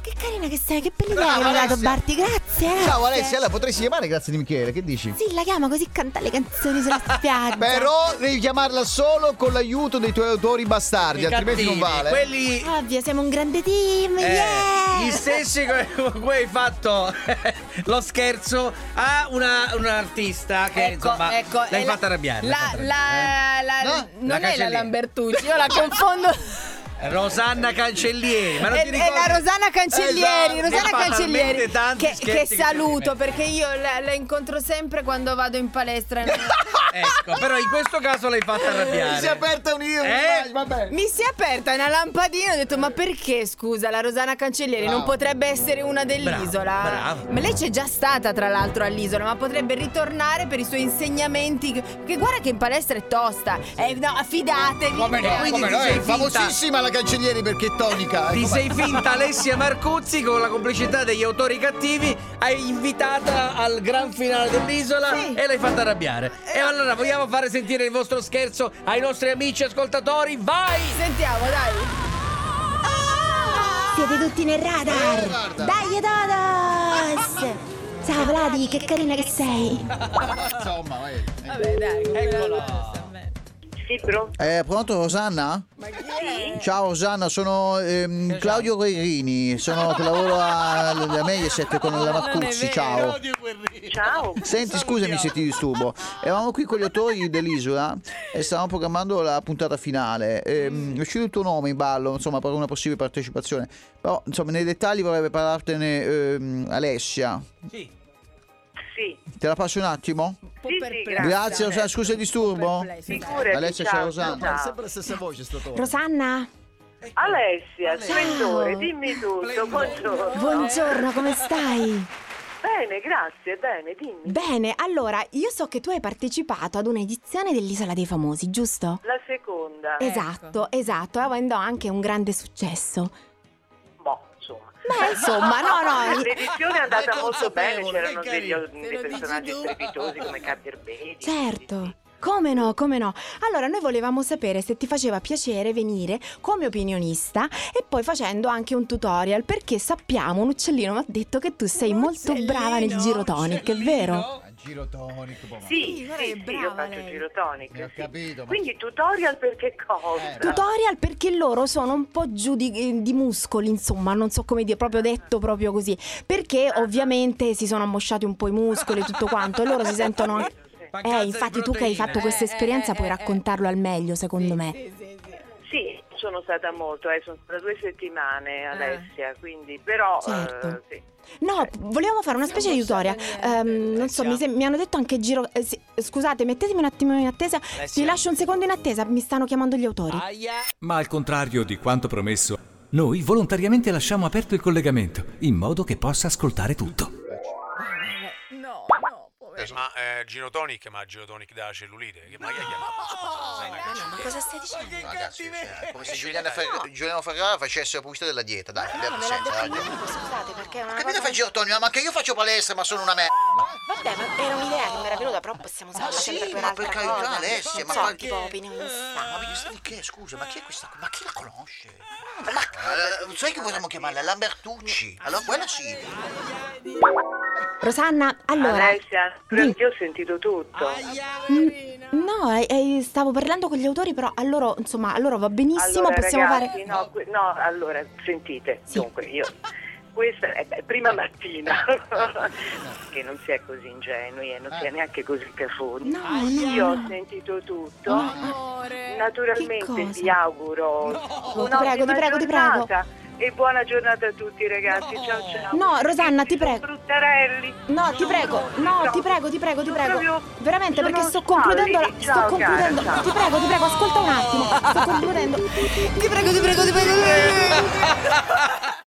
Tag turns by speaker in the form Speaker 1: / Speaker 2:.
Speaker 1: Che carina che sei, che bell'idea che mi hai dato
Speaker 2: Alessia.
Speaker 1: Barti, grazie.
Speaker 2: Ciao
Speaker 1: grazie.
Speaker 2: Alessia, allora potresti chiamare grazie di Michele, che dici?
Speaker 1: Sì, la chiamo così canta le canzoni sulla spiaggia.
Speaker 2: Però devi chiamarla solo con l'aiuto dei tuoi autori bastardi,
Speaker 3: I
Speaker 2: altrimenti non
Speaker 3: cattivi,
Speaker 2: vale.
Speaker 3: Quelli
Speaker 1: Ovvio, siamo un grande team,
Speaker 3: eh,
Speaker 1: yeah!
Speaker 3: gli stessi que- con cui hai fatto eh, lo scherzo a una, un artista che insomma l'hai
Speaker 4: è
Speaker 3: fatta arrabbiare. l'hai
Speaker 4: Ecco, eh,
Speaker 3: fatta arrabbiare, eh?
Speaker 4: La, la, la-
Speaker 2: No?
Speaker 4: non
Speaker 3: La
Speaker 4: è
Speaker 3: Cancellieri.
Speaker 4: la Lambertucci, io la confondo.
Speaker 3: eh. Rosanna Cancellieri, ma non
Speaker 4: è,
Speaker 3: ti
Speaker 4: è
Speaker 3: ricordi?
Speaker 4: Eh, la Rosana Cancellieri,
Speaker 3: Esatto,
Speaker 4: Rosana
Speaker 3: ne fa
Speaker 4: Cancellieri
Speaker 3: talmente tanti
Speaker 4: che,
Speaker 3: scherzi
Speaker 4: che
Speaker 3: si
Speaker 4: saluto
Speaker 3: rimette.
Speaker 4: perché io la, la incontro sempre quando vado in palestra.
Speaker 3: Ecco, però in questo caso l'hai fatta arrabbiare.
Speaker 2: Si è aperta un
Speaker 3: Eh?
Speaker 2: vabbè.
Speaker 4: Mi si è aperta una lampadina e ho detto ma perché scusa la Rosana Cancellieri non
Speaker 2: Bravo.
Speaker 4: potrebbe essere una dell'isola?
Speaker 3: Bravo, bravo.
Speaker 4: Ma lei c'è già stata tra l'altro all'isola ma potrebbe ritornare per i suoi insegnamenti che guarda che in palestra è tosta. Eh, no, fidatevi.
Speaker 2: Come no,
Speaker 3: Quindi
Speaker 2: come
Speaker 3: ti
Speaker 2: no,
Speaker 3: sei
Speaker 2: è
Speaker 3: finta-
Speaker 2: famosissima la cancellieri perché è tonica.
Speaker 3: Ti
Speaker 2: Ecco,
Speaker 3: sei finta Alessia Marcuzzi con la complicità degli autori cattivi, hai invitata al gran finale dell'isola
Speaker 4: Sì.
Speaker 3: e l'hai fatta arrabbiare. E allora vogliamo fare sentire il vostro scherzo ai nostri amici ascoltatori? Vai!
Speaker 4: Sentiamo dai.
Speaker 1: Siete tutti nel radar!
Speaker 2: Eh, guarda.
Speaker 1: Dai, Todos! Ciao Vladi, che carina che sei!
Speaker 2: Insomma, eh.
Speaker 4: Vabbè dai.
Speaker 3: Eccolo!
Speaker 5: Sì, però.
Speaker 2: Eh, pronto Rosanna? Ciao Rosanna, sono ehm, Claudio Guerrini, sono che lavoro a, a Mediaset con la
Speaker 4: non è
Speaker 2: Marcuzzi,
Speaker 4: vero.
Speaker 2: ciao.
Speaker 5: Ciao.
Speaker 2: Senti, scusami se ti disturbo. Eravamo qui con gli autori dell'isola e stavamo programmando la puntata finale. Ehm, è uscito il tuo nome in ballo, insomma, per una possibile partecipazione. Però, insomma, nei dettagli vorrebbe parlartene ehm, Alessia.
Speaker 3: Sì.
Speaker 5: Sì,
Speaker 2: Te la passo un attimo?
Speaker 4: Un po'
Speaker 5: Sì, sì,
Speaker 4: perplessa.
Speaker 5: Grazie.
Speaker 2: Grazie, Rosanna, scusa il disturbo.
Speaker 4: Perplessa, dai.
Speaker 5: figurati.
Speaker 2: Alessia,
Speaker 5: ciao,
Speaker 2: ciao, Rosanna.
Speaker 5: ciao.
Speaker 2: la stessa voce, statore.
Speaker 1: Rosanna,
Speaker 5: Alessia,
Speaker 3: Alessia.
Speaker 5: splendore, dimmi tutto.
Speaker 3: Splendore.
Speaker 5: Buongiorno.
Speaker 1: buongiorno, come stai?
Speaker 5: Bene, grazie, bene, dimmi.
Speaker 1: Bene, allora, io so che tu hai partecipato ad un'edizione dell'Isola dei Famosi, giusto?
Speaker 5: La seconda.
Speaker 1: Esatto, esatto, e avendo anche un grande successo.
Speaker 5: Boh, insomma.
Speaker 1: Ma insomma, no, no,
Speaker 5: L'edizione è andata
Speaker 3: È
Speaker 5: molto bene,
Speaker 3: consapevole,
Speaker 5: c'erano
Speaker 3: è carino.
Speaker 5: degli, dei personaggi strepitosi come Cadderbeni.
Speaker 1: Certo. Come no, come no. Allora, noi volevamo sapere se ti faceva piacere venire come opinionista e poi facendo anche un tutorial, perché sappiamo, un uccellino mi ha detto che tu sei
Speaker 4: Un
Speaker 1: molto
Speaker 4: uccellino,
Speaker 1: brava nel girotonic, è vero?
Speaker 2: Giro tonico,
Speaker 5: Sì,
Speaker 4: Sì, guarda che
Speaker 5: sì, sì, io
Speaker 4: brava
Speaker 5: faccio
Speaker 4: lei.
Speaker 5: girotonic.
Speaker 2: Ne ho
Speaker 5: sì.
Speaker 2: capito, ma-
Speaker 5: Quindi tutorial per che cosa?
Speaker 2: Eh,
Speaker 1: Tutorial perché loro sono un po' giù di, di muscoli, insomma, non so come dire, proprio detto proprio così. Perché ovviamente si sono ammosciati un po' i muscoli e tutto quanto, e loro si sentono anche.
Speaker 5: Sì.
Speaker 3: Mancanza
Speaker 1: Eh,
Speaker 3: di
Speaker 1: infatti tu che
Speaker 3: proteine.
Speaker 1: hai fatto questa
Speaker 4: Eh, eh,
Speaker 1: esperienza
Speaker 4: eh,
Speaker 1: puoi
Speaker 4: eh, eh.
Speaker 1: raccontarlo al meglio, secondo me.
Speaker 4: Sì, sì, sì.
Speaker 5: Sì, sono stata molto, eh, sono stata due settimane Alessia, quindi però...
Speaker 1: Certo.
Speaker 5: eh, sì.
Speaker 1: No, p- volevamo fare una specie di tutorial. Ehm, non so, mi, se- mi hanno detto anche giro. eh, sì, scusate, mettetemi un attimo in
Speaker 2: Eh,
Speaker 1: attesa. Ti lascio un secondo in attesa, mi stanno chiamando gli autori.
Speaker 2: Ah.
Speaker 6: Ma al contrario di quanto promesso, noi volontariamente lasciamo aperto il collegamento in modo che possa ascoltare tutto.
Speaker 4: No, no, povero.
Speaker 7: Eh, ma eh, Girotonic, ma Girotonic da cellulite, che ma chi ha chiamato?
Speaker 8: Ma cosa stai dicendo?
Speaker 2: Ragazzi, eh, come se Giuliana Fer- Giuliano Ferrara facesse la pubblicità della dieta, dai.
Speaker 8: No,
Speaker 2: dai,
Speaker 8: me l'ha
Speaker 2: senza,
Speaker 8: detto il
Speaker 2: dai.
Speaker 8: medico, scusate, perché è una
Speaker 2: Capito
Speaker 8: cosa...
Speaker 2: fai girotoni, ma anche io faccio palestra, ma sono una merda.
Speaker 8: Vabbè, ma era un'idea che mi era venuta, però possiamo usarla
Speaker 2: Ah, sì,
Speaker 8: sempre per
Speaker 2: ma per
Speaker 8: altra
Speaker 2: carità,
Speaker 8: cosa.
Speaker 2: Alessia,
Speaker 8: Non
Speaker 2: ma
Speaker 8: so,
Speaker 2: qualche-
Speaker 8: tipo opinionista.
Speaker 2: Ma io di che, scusa, ma chi è questa? Ma chi la conosce? Ma sai che vogliamo chiamarla? Lambertucci. Allora quella sì.
Speaker 1: Rosanna, allora.
Speaker 5: Alessia, però
Speaker 1: Dimmi.
Speaker 5: io ho sentito tutto.
Speaker 1: No, eh, eh, stavo parlando con gli autori, però a loro, insomma, a loro va benissimo,
Speaker 5: allora,
Speaker 1: possiamo
Speaker 5: ragazzi,
Speaker 1: fare.
Speaker 5: No, que- no, allora, sentite,
Speaker 1: Sì.
Speaker 5: dunque io... Questa è beh, prima mattina, che non si è così ingenui e non si è neanche così cafoni.
Speaker 1: No, no,
Speaker 5: Io ho
Speaker 1: no.
Speaker 5: sentito tutto.
Speaker 4: Amore.
Speaker 1: Che
Speaker 5: Naturalmente
Speaker 1: cosa?
Speaker 5: vi auguro
Speaker 1: ti
Speaker 5: un'ottima
Speaker 1: prego, ti prego, ti prego.
Speaker 5: giornata E buona giornata a tutti ragazzi. Ciao ciao.
Speaker 1: No, Rosanna, ti
Speaker 5: Sono
Speaker 1: prego.
Speaker 5: Bruttarelli.
Speaker 1: No, ti
Speaker 5: Sono
Speaker 1: prego,
Speaker 5: brutti,
Speaker 1: no,
Speaker 5: no.
Speaker 1: ti prego, ti prego, ti
Speaker 5: Sono
Speaker 1: prego.
Speaker 5: proprio-
Speaker 1: Veramente,
Speaker 5: sono
Speaker 1: perché sto
Speaker 5: falli.
Speaker 1: concludendo. la- Sto
Speaker 5: Ciao, cara,
Speaker 1: concludendo.
Speaker 5: ciao.
Speaker 1: Ti prego, ti prego, ascolta un attimo. Sto concludendo.
Speaker 4: Ti prego, ti prego, ti prego.